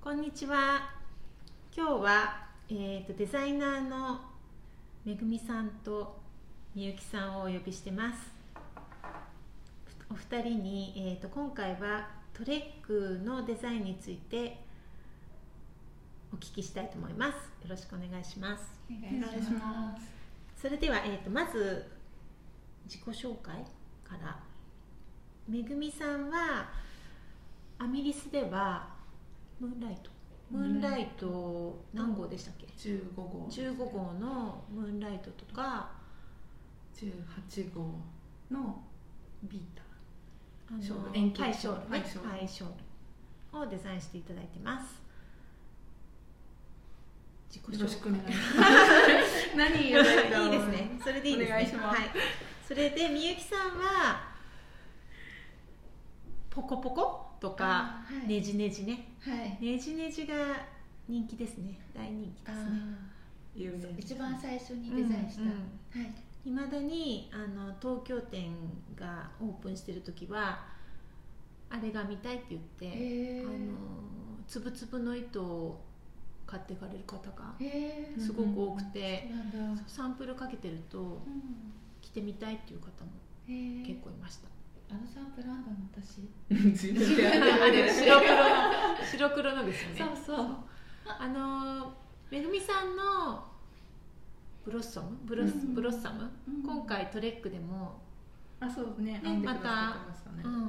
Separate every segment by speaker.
Speaker 1: こんにちは。今日は、えー、とデザイナーのめぐみさんとみゆきさんをお呼びしてます。お二人に、えー、と今回はトレックのデザインについてお聞きしたいと思います。よろしくお願いします。
Speaker 2: お願いします。
Speaker 1: それでは、えー、とまず自己紹介からめぐみさんはアミリスではムーンライトムーンライト何号でしたっけ、
Speaker 2: 十五号、
Speaker 1: 15号のムーンライトとか
Speaker 2: 十八号のビータ
Speaker 1: あの
Speaker 2: ショール円形
Speaker 1: パイショールね
Speaker 2: パイショール
Speaker 1: パイショールをデザインしていただいてます自己
Speaker 2: ー。よ
Speaker 1: 紹
Speaker 2: ろ
Speaker 1: 介
Speaker 2: しくお願いします。何言えばいいだろ
Speaker 1: いういですね。。それでいいですね。
Speaker 2: お願いします
Speaker 1: はい。それでみゆきさんはポコポコとか
Speaker 2: あはい
Speaker 1: ねじねじね。
Speaker 3: はい。
Speaker 1: ねじねじが人気ですね。大人気
Speaker 3: あ
Speaker 1: ですね。
Speaker 2: 有名
Speaker 3: ー一番最初にデザインした。
Speaker 1: うんうん
Speaker 3: はい。
Speaker 1: いまだにあの東京店がオープンしてる時はあれが見たいって言って、
Speaker 3: へ
Speaker 1: あ
Speaker 3: ー
Speaker 1: のつぶつぶの糸を買っていかれる方が
Speaker 3: へー
Speaker 1: すごく多くて、
Speaker 3: そうなんだ。
Speaker 1: サンプルかけてると
Speaker 3: うん
Speaker 1: 着てみたいっていう方も
Speaker 3: へー
Speaker 1: 結構いました。
Speaker 3: あのサンプルあんだの私。
Speaker 2: 自 分でやって
Speaker 1: あ
Speaker 2: る
Speaker 1: れ白黒の白黒のですよね
Speaker 3: そうそう
Speaker 1: あのめぐみさんのブロッサムブロス、
Speaker 2: うん
Speaker 1: ブロッサム、
Speaker 3: うん
Speaker 1: 今回トレックでも、
Speaker 2: あ、そうね。
Speaker 1: ね
Speaker 2: 編んでくださってましたね
Speaker 1: うんあ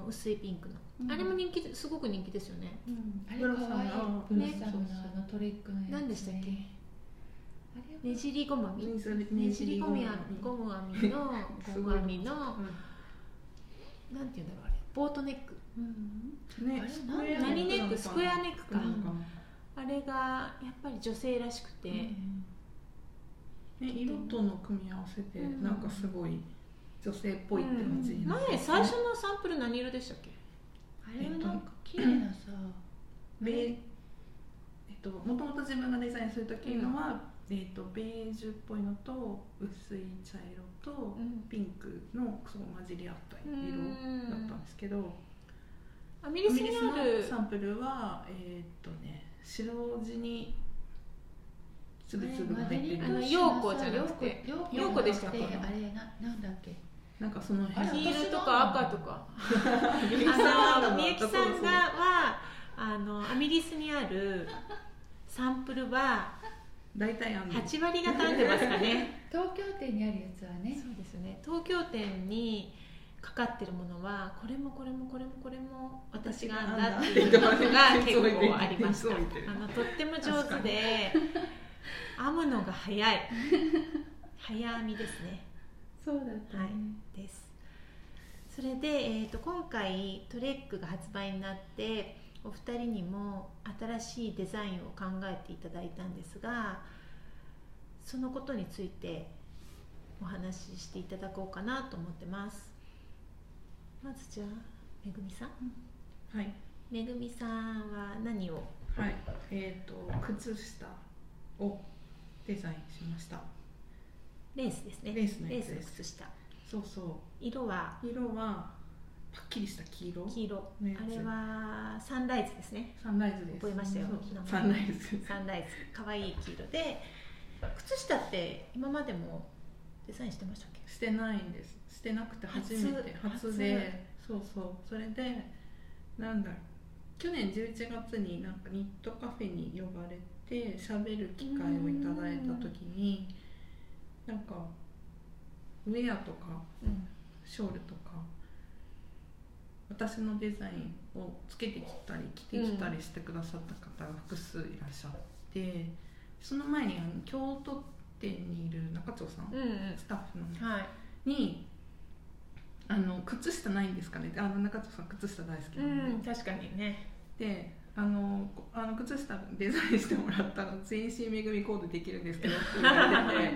Speaker 1: の薄いピンクの、
Speaker 3: うん
Speaker 1: あれも人気すごく人気ですよね
Speaker 3: うん。あれ
Speaker 2: ブロッサム
Speaker 3: 可愛い
Speaker 2: の。
Speaker 3: ブロッサ
Speaker 2: ね
Speaker 3: ムのあのトレックのやつね。
Speaker 1: 何でしたっけ
Speaker 3: あれ
Speaker 1: ねじりゴマみね
Speaker 2: ね
Speaker 1: じりゴム編みゴム編みの
Speaker 2: す
Speaker 1: ゴ
Speaker 2: ご
Speaker 1: ム
Speaker 2: い
Speaker 1: 編みのなんていうんだろうあれボートネック
Speaker 3: うん。
Speaker 2: うんね
Speaker 3: あれ
Speaker 2: スクエア
Speaker 1: 何ネ
Speaker 2: な
Speaker 1: ッ
Speaker 2: のかな
Speaker 1: クスクエアネックか、
Speaker 2: なのか
Speaker 1: あ
Speaker 2: な
Speaker 1: れがやっぱり女性らしくて、
Speaker 2: うんね色との組み合わせで
Speaker 1: うん
Speaker 2: なんかすごい女性っぽいって感じになって
Speaker 1: 前
Speaker 2: ますね
Speaker 1: 最初のサンプル何色でしたっけ
Speaker 3: あれはなんか綺麗なさ。
Speaker 2: ベーえっともともと自分がデザインする時のは、えっと、ベージュっぽいのと薄い茶色と
Speaker 1: うん
Speaker 2: ピンクのそう混じり合った色だったんですけど
Speaker 1: アミ
Speaker 2: イ
Speaker 1: リス
Speaker 2: ギリ
Speaker 1: に
Speaker 2: ス
Speaker 1: あ
Speaker 2: の
Speaker 1: る
Speaker 2: サンプルはえっとね白地につぶつぶ入ってる
Speaker 1: あの陽子じゃなくて
Speaker 3: 陽子
Speaker 1: 陽子でしたっ
Speaker 3: っ
Speaker 1: け
Speaker 3: け？あれななんだっけ？
Speaker 2: なんかその辺
Speaker 3: あれ
Speaker 1: 黄色とか赤とか
Speaker 2: みゆき
Speaker 1: あの
Speaker 2: の
Speaker 1: みゆきさんが
Speaker 2: ところそう
Speaker 1: はあのアミリスにあるサンプルは
Speaker 2: 大体あの
Speaker 1: 8割がたんでますかね
Speaker 3: 東京店にあるやつはね。
Speaker 1: そうですね東京店にかかってるものはこれもこれもこれもこれも私が編んだっていうのが結 構ありました
Speaker 2: そう言ってる
Speaker 1: あのとっても上手で編むのが早い早編みですね
Speaker 3: そうだっ
Speaker 1: はい、ですそれで、えー、と今回トレックが発売になってお二人にも新しいデザインを考えていただいたんですがそのことについてお話ししていただこうかなと思ってますまずじゃあめぐみさん
Speaker 2: はい
Speaker 1: めぐみさんは何を
Speaker 2: はい、えっ、と靴下をデザインしました。
Speaker 1: レースですね
Speaker 2: レースのやつ
Speaker 1: の
Speaker 2: です
Speaker 1: 靴下
Speaker 2: そうそう。
Speaker 1: 色は
Speaker 2: 色はパッキリした黄色。
Speaker 1: 黄色
Speaker 2: のやつ
Speaker 1: あれはサンライズですね
Speaker 2: サンライズです。
Speaker 1: 覚えましたよ
Speaker 2: そ
Speaker 1: 名前
Speaker 2: うサンライズ。
Speaker 1: サンライズ可愛い黄色で靴下って今までもデザインしてましたっけ
Speaker 2: してないんです。してなくて初めて
Speaker 1: 初
Speaker 2: 初で、そうそう。それでなんだろう。去年11月になんかニットカフェに呼ばれて喋る機会をいただいた時に、なんかウェアとか
Speaker 1: うん
Speaker 2: ショールとか私のデザインをつけてきたり着てきたりしてくださった方が複数いらっしゃって、その前にあの京都店にいる中町さん、
Speaker 1: うん
Speaker 2: スタッフの
Speaker 1: はい
Speaker 2: にあの「靴下ないんですかね?」って「あの中町さん靴下大好き
Speaker 1: う
Speaker 2: なんで」
Speaker 1: ん確かにね
Speaker 2: であのこあの靴下デザインしてもらったら全身めぐみコーデできるんですけどって言われて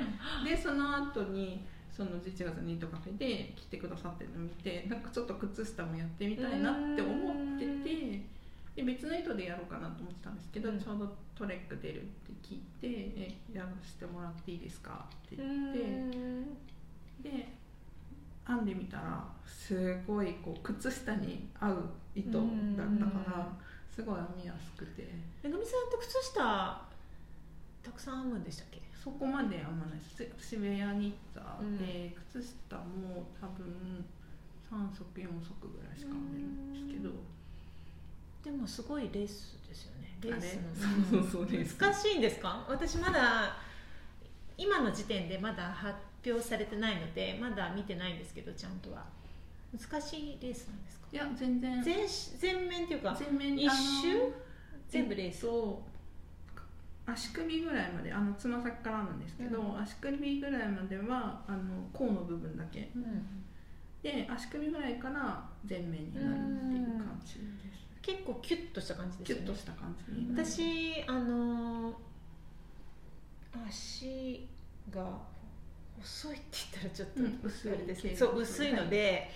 Speaker 2: てでその後にその11月にとカフェで来てくださってるのを見てなんかちょっと靴下もやってみたいなって思っててで別の人でやろうかなと思ってたんですけど、
Speaker 1: うん
Speaker 2: ちょうどトレック出るって聞いてえ「やらせてもらっていいですか?」って
Speaker 1: う
Speaker 2: 言って。
Speaker 1: ん
Speaker 2: で編んでみたらすごいこう靴下に合う糸だったから、
Speaker 1: うん
Speaker 2: すごい編みやすくて
Speaker 1: めぐみさんって靴下たくさん編むんでしたっけ
Speaker 2: そこまで編まないです私ウェアニッターで、靴下も多分3足4足ぐらいしか編めるんですけど
Speaker 1: でもすごいレースですよねレ
Speaker 2: あ
Speaker 1: ー
Speaker 2: れ
Speaker 1: ス
Speaker 2: そうそうそうレース
Speaker 1: 難しいんですか私まだ今の時点でまだ発表されてないのでまだ見てないんですけどちゃんとは難しいレースなんですか
Speaker 2: いや全然
Speaker 1: 全し全面っていうか
Speaker 2: 全面に
Speaker 1: 一
Speaker 2: あの
Speaker 1: 周全部レース、
Speaker 2: と足首ぐらいまであのつま先からなんですけど、
Speaker 1: う
Speaker 2: 足首ぐらいまではあの甲の部分だけ
Speaker 1: うん
Speaker 2: で足首ぐらいから全面になるっていう感じです、
Speaker 1: 結構キュッとした感じです
Speaker 2: キ
Speaker 1: よ
Speaker 2: ュッ
Speaker 1: ね
Speaker 2: とした感じになる
Speaker 1: 私あのー足が細いって言ったらちょっと、
Speaker 2: うん薄い
Speaker 1: あれです
Speaker 2: 系
Speaker 1: そう薄いので、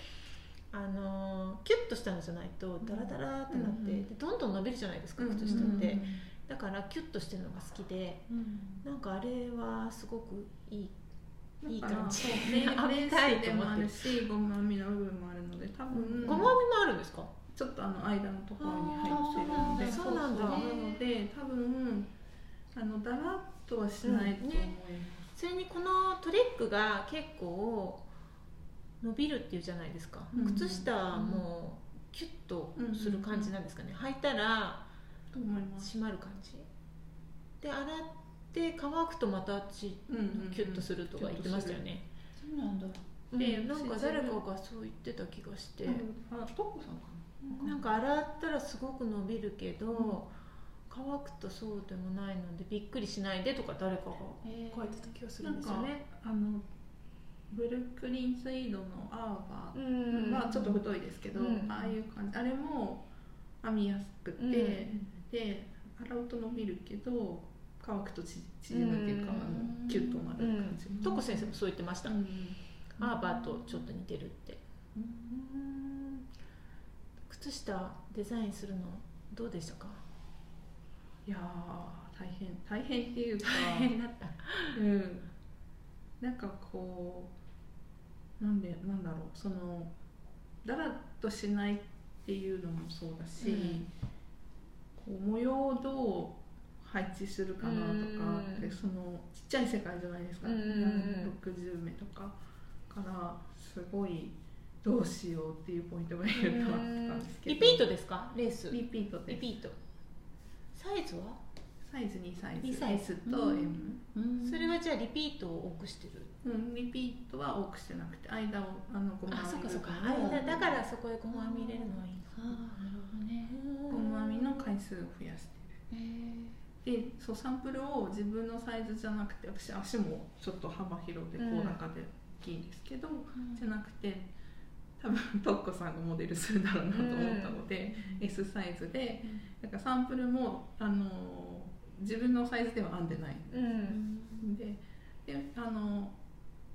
Speaker 1: あのーキュッとしたのじゃないとダラダラってなって、
Speaker 2: うんうん
Speaker 1: でどんどん伸びるじゃないですか
Speaker 2: うんうん
Speaker 1: 靴下って、だからキュッとしてるのが好きで
Speaker 3: うん
Speaker 1: なんかあれはすごくいいいい
Speaker 2: だから
Speaker 1: 感じ
Speaker 2: そう レ
Speaker 1: あ
Speaker 2: ーレ
Speaker 1: たい
Speaker 2: ー
Speaker 1: と
Speaker 2: スで
Speaker 1: 思
Speaker 2: も
Speaker 1: っ
Speaker 2: あ
Speaker 1: てる
Speaker 2: るしゴム編みの部分もあるので多分
Speaker 1: ごま編みもあるんですか
Speaker 2: ちょっとあの間のところに入ってるの
Speaker 1: あー
Speaker 2: で
Speaker 1: そうなんだ
Speaker 2: な
Speaker 1: そうなんだ
Speaker 2: ので多分あのだらっとはしないと思います、
Speaker 1: それにこのトレックが結構伸びるっていうじゃないですか、
Speaker 2: うん
Speaker 1: 靴下もキュッとする感じなんですかね、履いたら
Speaker 2: と思います
Speaker 1: 締まる感じで洗って乾くとまたち
Speaker 2: うんうんうん
Speaker 1: キュッとするとか言ってましたよね、
Speaker 3: そうなんだ
Speaker 1: う
Speaker 2: ュッとする
Speaker 1: ん
Speaker 2: で
Speaker 1: なんか誰かがそう言ってた気がして、
Speaker 2: あトッコさんかな
Speaker 1: なんか洗ったらすごく伸びるけど、
Speaker 2: うん
Speaker 1: 乾くとそうでもないのでびっくりしないでとか誰かが
Speaker 3: えー
Speaker 1: 書いてた気がする
Speaker 2: なんん
Speaker 1: です
Speaker 2: か
Speaker 1: よね
Speaker 2: あのブルックリンツイードのアーバーはちょっと太いですけど、
Speaker 1: うん
Speaker 2: ああいう感じあれも編みやすくて、
Speaker 1: うん
Speaker 2: で洗うと伸びるけど乾くとち縮むっていうか、
Speaker 1: うん
Speaker 2: あのキュッとなる
Speaker 1: う
Speaker 2: 感
Speaker 1: ん
Speaker 2: じ、、
Speaker 1: トコ先生もそう言ってました、
Speaker 2: うん
Speaker 1: アーバーとちょっと似てるって靴下デザインするのどうでしたか
Speaker 2: いやー大変大変っていうか、
Speaker 1: だった
Speaker 2: うん、なんかこうなんでなんだろうそのだらっとしないっていうのもそうだし、
Speaker 1: うん
Speaker 2: こう模様をどう配置するかなとかって
Speaker 1: うん
Speaker 2: そのちっちゃい世界じゃないですか、
Speaker 1: うんうんうん
Speaker 2: 60名とかからすごいどうしようっていうポイントがいるなって感じですけど
Speaker 1: リピートですかレース
Speaker 2: リ
Speaker 1: リ
Speaker 2: ピートです
Speaker 1: ピートサイズは
Speaker 2: サイズ2サイズ
Speaker 1: 二サイズ
Speaker 2: S と M、
Speaker 3: うん
Speaker 1: それはじゃあリピートを多くしてる
Speaker 2: うん、リピートは多くしてなくて間をあのごま編みの
Speaker 1: 間だからそこへごまみ入れるのはいい
Speaker 3: ああなるほどね
Speaker 1: の
Speaker 2: ごま編みの回数を増やして
Speaker 3: えー
Speaker 2: るでそうサンプルを自分のサイズじゃなくて私足もちょっと幅広でこ
Speaker 1: うん
Speaker 2: う中で大きいんですけど、じゃなくて多分トッコさんがモデルするだろうなと思ったので、S サイズでなんかサンプルも、あの自分のサイズでは編んでない
Speaker 1: うん
Speaker 2: でであの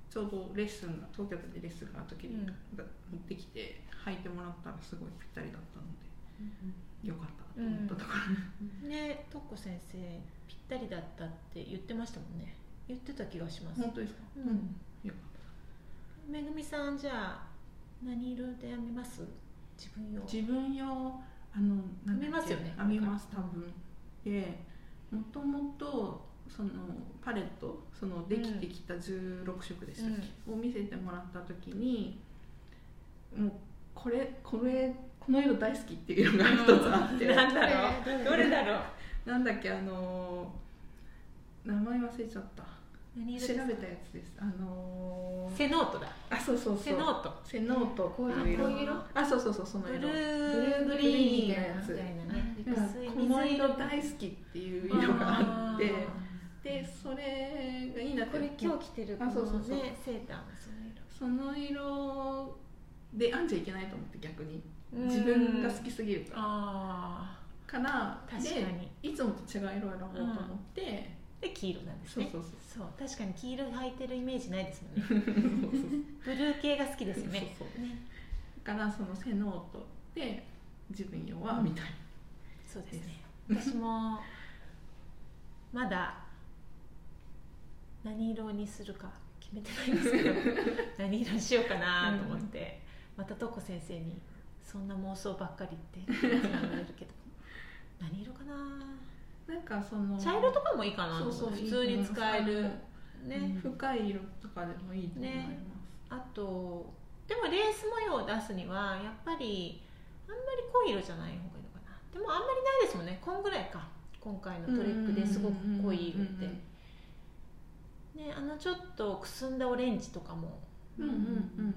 Speaker 2: ちょうどレッスンが東京都でレッスンがあった時
Speaker 1: うん
Speaker 2: に、だ持ってきて履いてもらったらすごいぴったりだったのでよかったと思ったとこ
Speaker 1: ねとっこ先生ぴったりだったって言ってましたもんね言ってた気がしま
Speaker 2: ろ、
Speaker 1: す
Speaker 2: 本当ですか、
Speaker 1: うん
Speaker 2: よかっ
Speaker 1: めぐみさんじゃあ何色で編みます自分用
Speaker 2: た自分用あのなんだ
Speaker 1: 編み
Speaker 2: っけ
Speaker 1: ますよね
Speaker 2: 編みます多分でもともとそのパレットそのできてきた16色でしたっけ、を見せてもらった時にもうこれこれこの色大好きっていうのが一つあって、
Speaker 1: なんだろ
Speaker 3: ど
Speaker 1: うど
Speaker 3: れ
Speaker 1: れだろう
Speaker 2: なんだっけあのー名前忘れちゃった
Speaker 1: 何
Speaker 2: 調
Speaker 1: 色です
Speaker 2: べたやつですあのー
Speaker 1: セノートだ
Speaker 2: あそうそうそう
Speaker 1: セノート
Speaker 2: セノートこう
Speaker 3: こう
Speaker 2: いう
Speaker 3: いう
Speaker 2: 色
Speaker 3: 色
Speaker 2: あそうそうそうその
Speaker 1: ブル
Speaker 2: 色
Speaker 1: ー
Speaker 2: ー
Speaker 1: グ
Speaker 2: グ
Speaker 1: リ
Speaker 2: リ
Speaker 1: ーンみ
Speaker 2: ーンみ
Speaker 1: た
Speaker 2: た
Speaker 1: い
Speaker 2: い
Speaker 1: な
Speaker 2: な
Speaker 1: や
Speaker 2: や
Speaker 1: つ
Speaker 2: つ
Speaker 3: う
Speaker 1: 薄
Speaker 3: ん
Speaker 2: うん
Speaker 1: い
Speaker 2: この
Speaker 1: 水
Speaker 2: 色
Speaker 1: 色
Speaker 2: 大好きっていう色があってでそれがいいなって
Speaker 1: これ今日着てるこの
Speaker 2: あそうそうそう
Speaker 1: ねセーターもその
Speaker 2: その色で編んじゃいけないと思って逆に
Speaker 1: 色
Speaker 2: 自分が好きすぎるから
Speaker 1: あ
Speaker 2: から
Speaker 1: あ確か
Speaker 2: で
Speaker 1: に
Speaker 2: いつもと違う色を選ぼうと思って、
Speaker 1: で黄色なんです
Speaker 2: そう
Speaker 1: ね
Speaker 2: そうそう
Speaker 1: そう確かに黄色履いてるイメージないですもん ねブルー系が好きですよね
Speaker 2: そう
Speaker 1: ね
Speaker 2: だからそのセノートで自分用はみたい
Speaker 1: そうですね私もまだ何色にするか決めてないんですけど何色にしようかなと思 って、またとこ先生にそんな妄想ばっかりって言われるけど何色かな
Speaker 2: なんかその
Speaker 1: 茶色とかもいいかな
Speaker 2: そうそう
Speaker 1: 普通に使える、ね、
Speaker 2: 深い色とかでもいいと思います、
Speaker 1: ねあとでもレース模様を出すにはやっぱりあんまり濃い色じゃない方がいいのかなでもあんまりないですもんねこんぐらいか今回のトレックですごく濃い色って、ね、あのちょっとくすんだオレンジとかも
Speaker 2: うんうんうん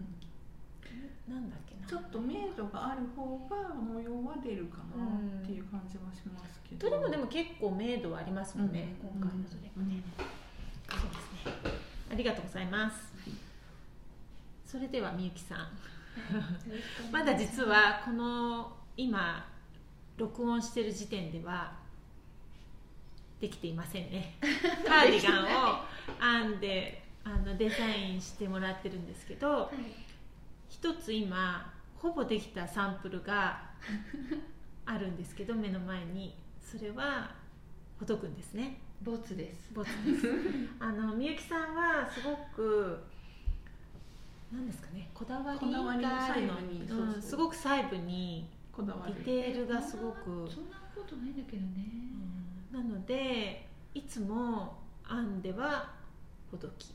Speaker 1: なんだっけな
Speaker 2: ちょっと明度がある方が模様は出るかなっていう感じはしますけど、
Speaker 1: どれもでも結構明度はありますもんね、
Speaker 2: うん
Speaker 1: 今回のどれもね、そうですねありがとうございます、それではみゆきさんまだ実はこの今録音してる時点ではできていませんねカーディガンを編んであのデザインしてもらってるんですけど
Speaker 3: はい
Speaker 1: 一つ今ほぼできたサンプルがあるんですけど目の前にそれはほとくんですね
Speaker 3: ボツです
Speaker 1: ボツですあのみゆきさんはすごく何ですかねこだわりがあるのに
Speaker 2: こだわり細部にそうそう
Speaker 1: うんすごく細部に
Speaker 2: こだわ
Speaker 1: デ
Speaker 2: り
Speaker 1: ィテールがすごく、
Speaker 3: そんなことないんだけどね
Speaker 1: なのでいつも編んではほどき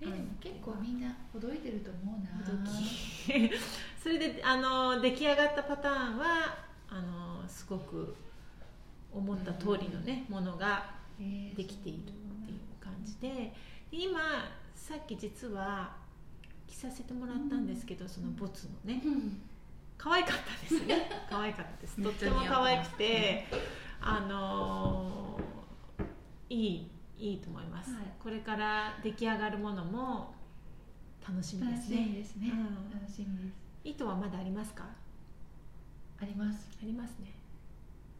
Speaker 3: えでも結構みんなほどいてると思うな
Speaker 1: ほどき それであの出来上がったパターンはあのすごく思った通りのね、ものが
Speaker 3: えー
Speaker 1: できているっていう感じでで今さっき実は着させてもらったんですけど、そのボツのね
Speaker 3: うん
Speaker 1: 可愛かったです ね可愛かったですと
Speaker 2: め
Speaker 1: っ
Speaker 2: っち
Speaker 1: て
Speaker 2: ゃ
Speaker 1: も
Speaker 2: 似合ってま
Speaker 1: 可愛
Speaker 2: す
Speaker 1: くて、あのーいいいいと思います、
Speaker 3: はい
Speaker 1: これから出来上がるものも楽しみで
Speaker 3: 楽
Speaker 1: す
Speaker 3: しみ
Speaker 1: ね
Speaker 3: ですね
Speaker 1: うん
Speaker 3: 楽しみです
Speaker 1: 糸はまだありますかあ
Speaker 3: あります
Speaker 1: りますね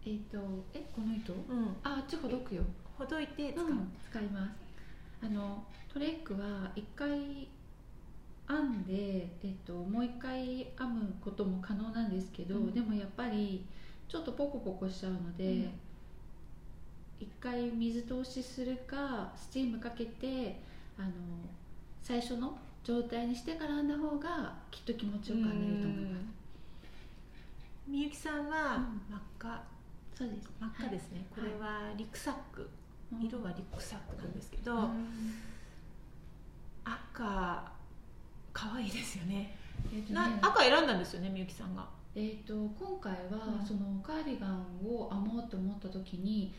Speaker 3: えっとえこの糸
Speaker 1: うん
Speaker 3: ああっちほどくよ
Speaker 1: ほどいて使う、
Speaker 3: 使いますあのトレックは一回編んで、えっと、もう一回編むことも可能なんですけど、
Speaker 1: うん
Speaker 3: でもやっぱりちょっとポコポコしちゃうので、
Speaker 1: うん
Speaker 3: 一回水通しするかスチームかけてあの最初の状態にしてから編んだ方がきっと気持ちよく編めると思います、
Speaker 1: みゆきさんは
Speaker 3: うん
Speaker 1: 真っ赤
Speaker 3: そうです
Speaker 1: 真っ赤ですね、
Speaker 3: はい
Speaker 1: これはリュックサック、色はリュックサックなんですけど、
Speaker 3: うん
Speaker 1: 赤可愛いですよね
Speaker 3: えっとね
Speaker 1: な赤選んだんですよねみゆきさんが
Speaker 3: えー、と今回は、
Speaker 1: うん
Speaker 3: そのカーディガンを編もうと思った時に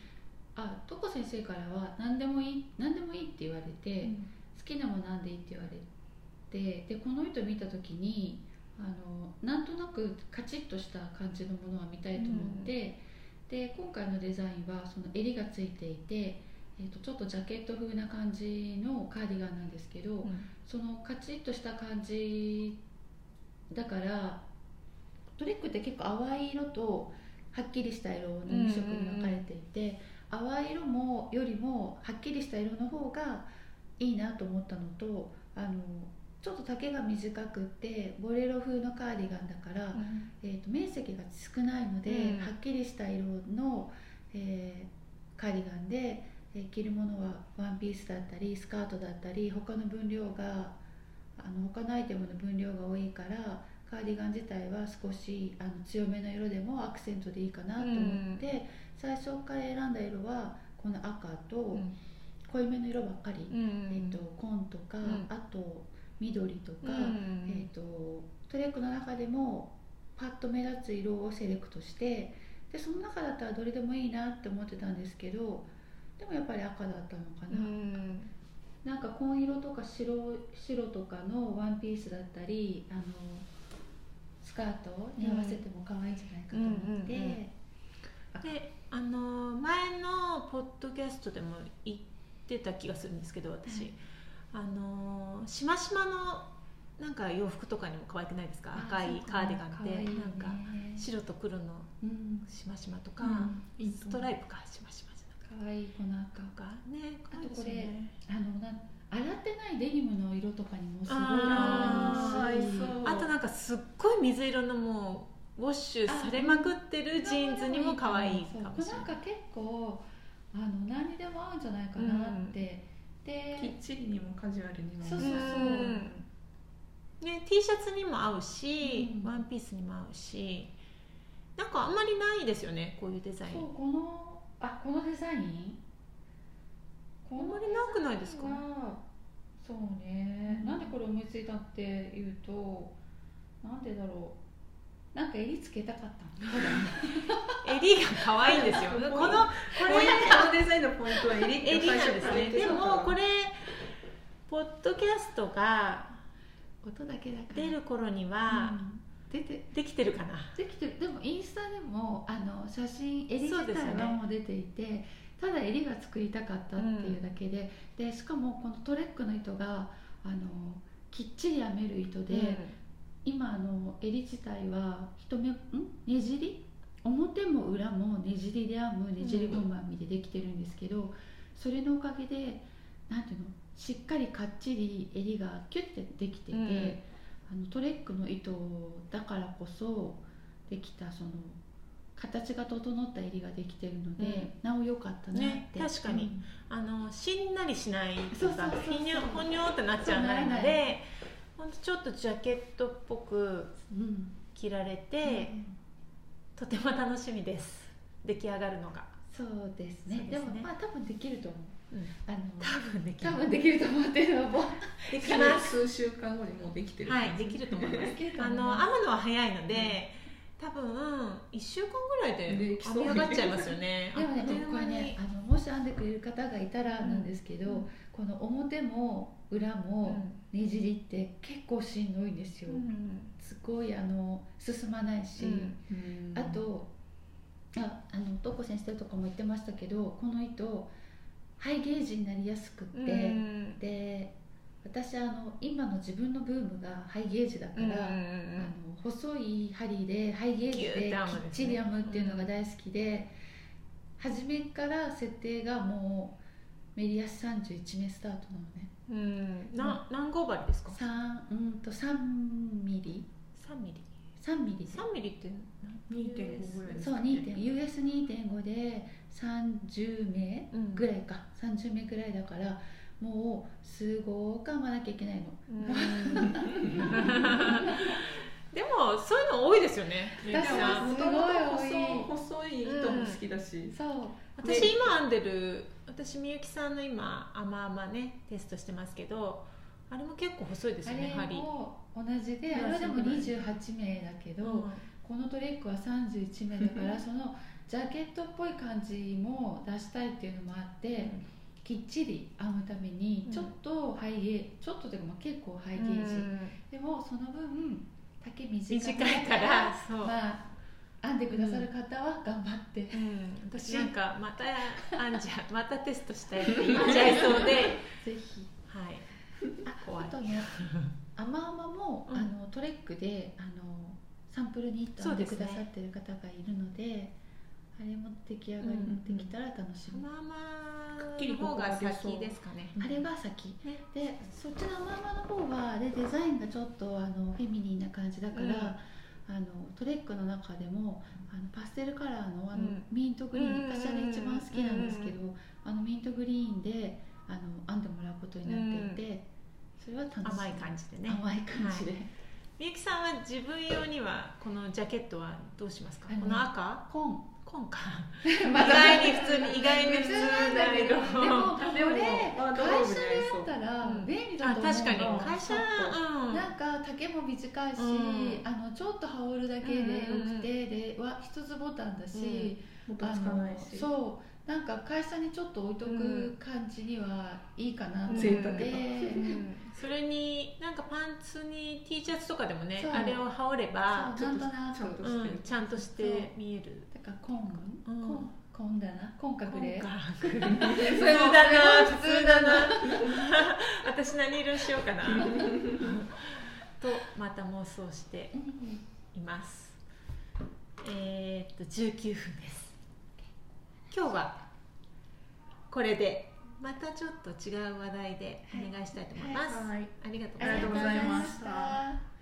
Speaker 3: あトコ先生からは何でもいい何でもいいって言われて、好きなもの何でいいって言われてでこの糸見た時にあのなんとなくカチッとした感じのものは見たいと思って、で今回のデザインはその襟がついていて、えー、とちょっとジャケット風な感じのカーディガンなんですけど、そのカチッとした感じだからトレックって結構淡い色とはっきりした色の2色に分かれていて、淡い色もよりもはっきりした色の方がいいなと思ったのとあのちょっと丈が短くってボレロ風のカーディガンだから、えー、と面積が少ないので、
Speaker 1: うん
Speaker 3: はっきりした色の、えーカーディガンで、えー着るものはワンピースだったりスカートだったり他の分量があの他のアイテムの分量が多いからカーディガン自体は少しあの強めの色でもアクセントでいいかなと思って、最初から選んだ色はこの赤と濃いめの色ばっかり、えー、と紺とか、
Speaker 1: うん
Speaker 3: あと緑とか。えー、とトレックの中でもパッと目立つ色をセレクトしてでその中だったらどれでもいいなって思ってたんですけどでもやっぱり赤だったのかな、なんか紺色とか白白とかのワンピースだったりあのスカートに合わせても可愛いんじゃないかと思って、
Speaker 1: うんうんうんうんであの前のポッドキャストでも言ってた気がするんですけど私、
Speaker 3: はい
Speaker 1: あのしましまのなんか洋服とかにも可愛くないですか
Speaker 3: あ
Speaker 1: 赤い
Speaker 3: そう
Speaker 1: カ
Speaker 3: かな
Speaker 1: ーディガンって
Speaker 3: 可愛いよね
Speaker 1: なんか白と黒の
Speaker 3: うん
Speaker 1: しましまとか、
Speaker 3: うん
Speaker 2: いいと
Speaker 1: ス
Speaker 2: 思
Speaker 1: ト
Speaker 2: う
Speaker 1: ライプかしましまじゃなくて
Speaker 3: 可愛いこの赤
Speaker 1: なんかね可愛いですよね
Speaker 3: あのな洗ってないデニムの色とかにもすごい
Speaker 1: あ
Speaker 3: 合う
Speaker 2: ー
Speaker 3: し
Speaker 2: 合いそう
Speaker 1: あとなんかすっごい水色のもうウォッシュされまくってるジーンズにも可愛いかもしれ
Speaker 3: そう
Speaker 1: な
Speaker 3: これ
Speaker 1: い
Speaker 3: んか結構あの何にでも合うんじゃないかなって、
Speaker 2: きっ
Speaker 3: で
Speaker 2: ちりにもカジュアルにも
Speaker 3: そうそうそ
Speaker 1: う
Speaker 3: う、
Speaker 1: んね、T シャツにも合うし、
Speaker 3: うん
Speaker 1: ワンピースにも合うしなんかあんまりないですよねこういうデザイン
Speaker 3: そうこのあこのデザインこ
Speaker 1: あんま
Speaker 3: の
Speaker 1: りなくないですか
Speaker 3: デザインはそうね、
Speaker 1: うん
Speaker 3: なんでこれ思いついたっていうとなんでだろうなんか襟つけたかった の
Speaker 1: 襟が可愛いんです よこのこ
Speaker 2: ポイ
Speaker 1: れ
Speaker 2: ントこのデザインのポイントは襟って
Speaker 1: 襟
Speaker 2: 最
Speaker 1: なん
Speaker 2: 初
Speaker 1: です
Speaker 2: から言
Speaker 1: ね
Speaker 2: って
Speaker 1: で
Speaker 2: たから
Speaker 1: もこれポッドキャストが
Speaker 3: 音だけだから
Speaker 1: 出る頃に
Speaker 3: う
Speaker 1: は
Speaker 3: ん出て
Speaker 1: できてるかな、
Speaker 3: できてるでもインスタでもあの写真襟
Speaker 1: そう
Speaker 3: 自
Speaker 1: ですよ
Speaker 3: 体
Speaker 1: ね
Speaker 3: はもう出ていて、ただ襟が作りたかったっていうだけで,、でしかもこのトレックの糸があのきっちり編める糸で、今あの襟自体は一目んねじり表も裏もねじりで編むねじりゴム編みでできてるんですけど、それのおかげでなんていうのしっかりかっちり襟がキュッてできてて、
Speaker 1: うん
Speaker 3: あのトレックの糸だからこそできたその形が整った襟ができてるので、なお良かったなって、
Speaker 1: ね確かにあのしんなりしないと
Speaker 3: そうそう
Speaker 1: か
Speaker 3: そうそう
Speaker 1: ひにょほにょってなっちゃわないの
Speaker 3: そうなら
Speaker 1: でほんとちょっとジャケットっぽく
Speaker 3: うん、うん
Speaker 1: 着られて、
Speaker 3: うん
Speaker 1: とても楽しみです出来上がるのが、
Speaker 3: そうです
Speaker 1: そうですね
Speaker 3: ねでもまあ多分できると思うあの
Speaker 1: 多分でき
Speaker 3: 多
Speaker 1: る
Speaker 3: 分できると思ってるのも
Speaker 1: できます
Speaker 2: 数週間後にもうできてる
Speaker 1: はいできると思い ますあの編むのは早いので、多分1週間ぐらいで
Speaker 2: でき
Speaker 1: 編
Speaker 2: そう
Speaker 1: み上がっちゃいますよね
Speaker 3: でもね
Speaker 1: あっという
Speaker 3: こ
Speaker 1: 間
Speaker 3: れ
Speaker 1: に
Speaker 3: ねあのもし編んでくれる方がいたらなんですけど、
Speaker 1: うん
Speaker 3: この表も裏
Speaker 1: うん
Speaker 3: もねじりって結構しんどいんですよ、
Speaker 1: うん
Speaker 3: すごいあの進まないし、
Speaker 1: うん
Speaker 2: うん
Speaker 3: あとああのどこ先生とかも言ってましたけどこの糸ハイゲージになりやすくって、
Speaker 1: うん
Speaker 3: で私あの今の自分のブームがハイゲージだから、あの細い針でハイゲージ
Speaker 1: ギュー
Speaker 3: でき
Speaker 1: って編むん
Speaker 3: っ
Speaker 1: ですね
Speaker 3: ちり編むっていうのが大好きで初めから設定がもうメリアス31目スタートなのね
Speaker 1: うんうんな何号針ですか
Speaker 3: 3うんと3ミリ
Speaker 1: 3ミリ
Speaker 3: 3ミリ
Speaker 1: 3ミリって
Speaker 2: 2.5ぐらい
Speaker 3: そう 2.US2.5 で30名ぐらいか30名ぐらいだからもうすごく編まなきゃいけないの
Speaker 1: でもそういうの多いですよね
Speaker 3: 私は
Speaker 2: も
Speaker 3: す
Speaker 2: と
Speaker 3: ご
Speaker 2: も
Speaker 3: い多い
Speaker 2: と細い糸も好きだし、
Speaker 3: そう
Speaker 1: 私今編んでる私みゆきさんの今あまあまねテストしてますけどあれも結構細いです
Speaker 3: あ
Speaker 1: よね
Speaker 3: れ
Speaker 1: 針
Speaker 3: も同じであれはでも28名だけど、このトレックは31名だか らそのジャケットっぽい感じも出したいっていうのもあって、きっちり編むために
Speaker 1: うん
Speaker 3: ちょっとハイゲーちょっとでも結構ハイゲ
Speaker 1: うん
Speaker 3: ージ、でもその分丈短
Speaker 1: 短
Speaker 3: い
Speaker 1: い
Speaker 3: か
Speaker 1: かららそう、
Speaker 3: まあ編んでくださる方は頑張って、
Speaker 1: うん私なんかまた編んじ ゃまたテストしたいって言っちゃいそうで
Speaker 3: ぜひ
Speaker 1: はい
Speaker 3: あ
Speaker 1: 怖い
Speaker 3: とねあまあまも、
Speaker 1: うん
Speaker 3: あのトレックであのサンプルに
Speaker 1: そ
Speaker 3: 編
Speaker 1: うんで
Speaker 3: ですく
Speaker 1: ね
Speaker 3: ださってる方がいるのであれも出来上がり
Speaker 2: うん
Speaker 3: できたら楽しみ、
Speaker 1: まあまあの方が先ですかね
Speaker 3: あれが先
Speaker 1: ね
Speaker 3: でそっちのママの方はでデザインがちょっとあのフェミニンな感じだから、
Speaker 1: うん
Speaker 3: あのトレックの中でもあのパステルカラーのあの、
Speaker 1: うん
Speaker 3: ミントグリーン、
Speaker 1: うん
Speaker 3: 私あれ一番好きなんですけど、あのミントグリーンであの編んでもらうことになっていて、それは楽しみ
Speaker 1: 甘い感じでね
Speaker 3: 甘い感じで、
Speaker 1: みゆきさんは自分用にはこのジャケットはどうしますか
Speaker 3: あの
Speaker 1: この赤
Speaker 3: コン
Speaker 1: 紺か
Speaker 3: 意
Speaker 1: 意外に普通に意外に普通な
Speaker 3: で
Speaker 1: 色
Speaker 3: もこれ
Speaker 2: ワー
Speaker 3: 会
Speaker 2: ドローブ
Speaker 3: 社で
Speaker 2: に合いそう
Speaker 3: やったら
Speaker 1: うん
Speaker 3: 便利だ
Speaker 1: あ
Speaker 3: と思う
Speaker 1: 確かに
Speaker 3: の
Speaker 1: 会社うん
Speaker 3: なんか丈も短いし、
Speaker 1: うん
Speaker 3: あのちょっと羽織るだけでよくて、では一つボタンだし、
Speaker 2: もた
Speaker 3: あ
Speaker 2: つか
Speaker 3: の
Speaker 2: ないし
Speaker 3: そうなんか会社にちょっと置いと
Speaker 1: う
Speaker 3: く感じにはいいかなと思って、
Speaker 2: 贅沢だ
Speaker 1: うんそれになんかパンツに T シャツとかでもね
Speaker 3: そう
Speaker 1: あれを羽織れば
Speaker 3: そうなんとな
Speaker 2: ちゃん
Speaker 3: く
Speaker 2: と
Speaker 1: う
Speaker 2: して
Speaker 1: んちゃんとして見える
Speaker 3: だからコン、
Speaker 1: うん
Speaker 3: コンコンだなコンかグレー
Speaker 1: 紺か普通だ な普通だな 私何色にしようかなとまた妄想して
Speaker 3: うん
Speaker 1: いますえーっと19分です今日はこれでまたちょっと違う話題でお願いしたいと思います、
Speaker 2: はい
Speaker 1: ありがとうご
Speaker 2: あ
Speaker 1: ざ
Speaker 2: り
Speaker 1: いま
Speaker 2: が
Speaker 1: す
Speaker 2: とうござ
Speaker 3: あ
Speaker 2: いました
Speaker 3: りがとうございました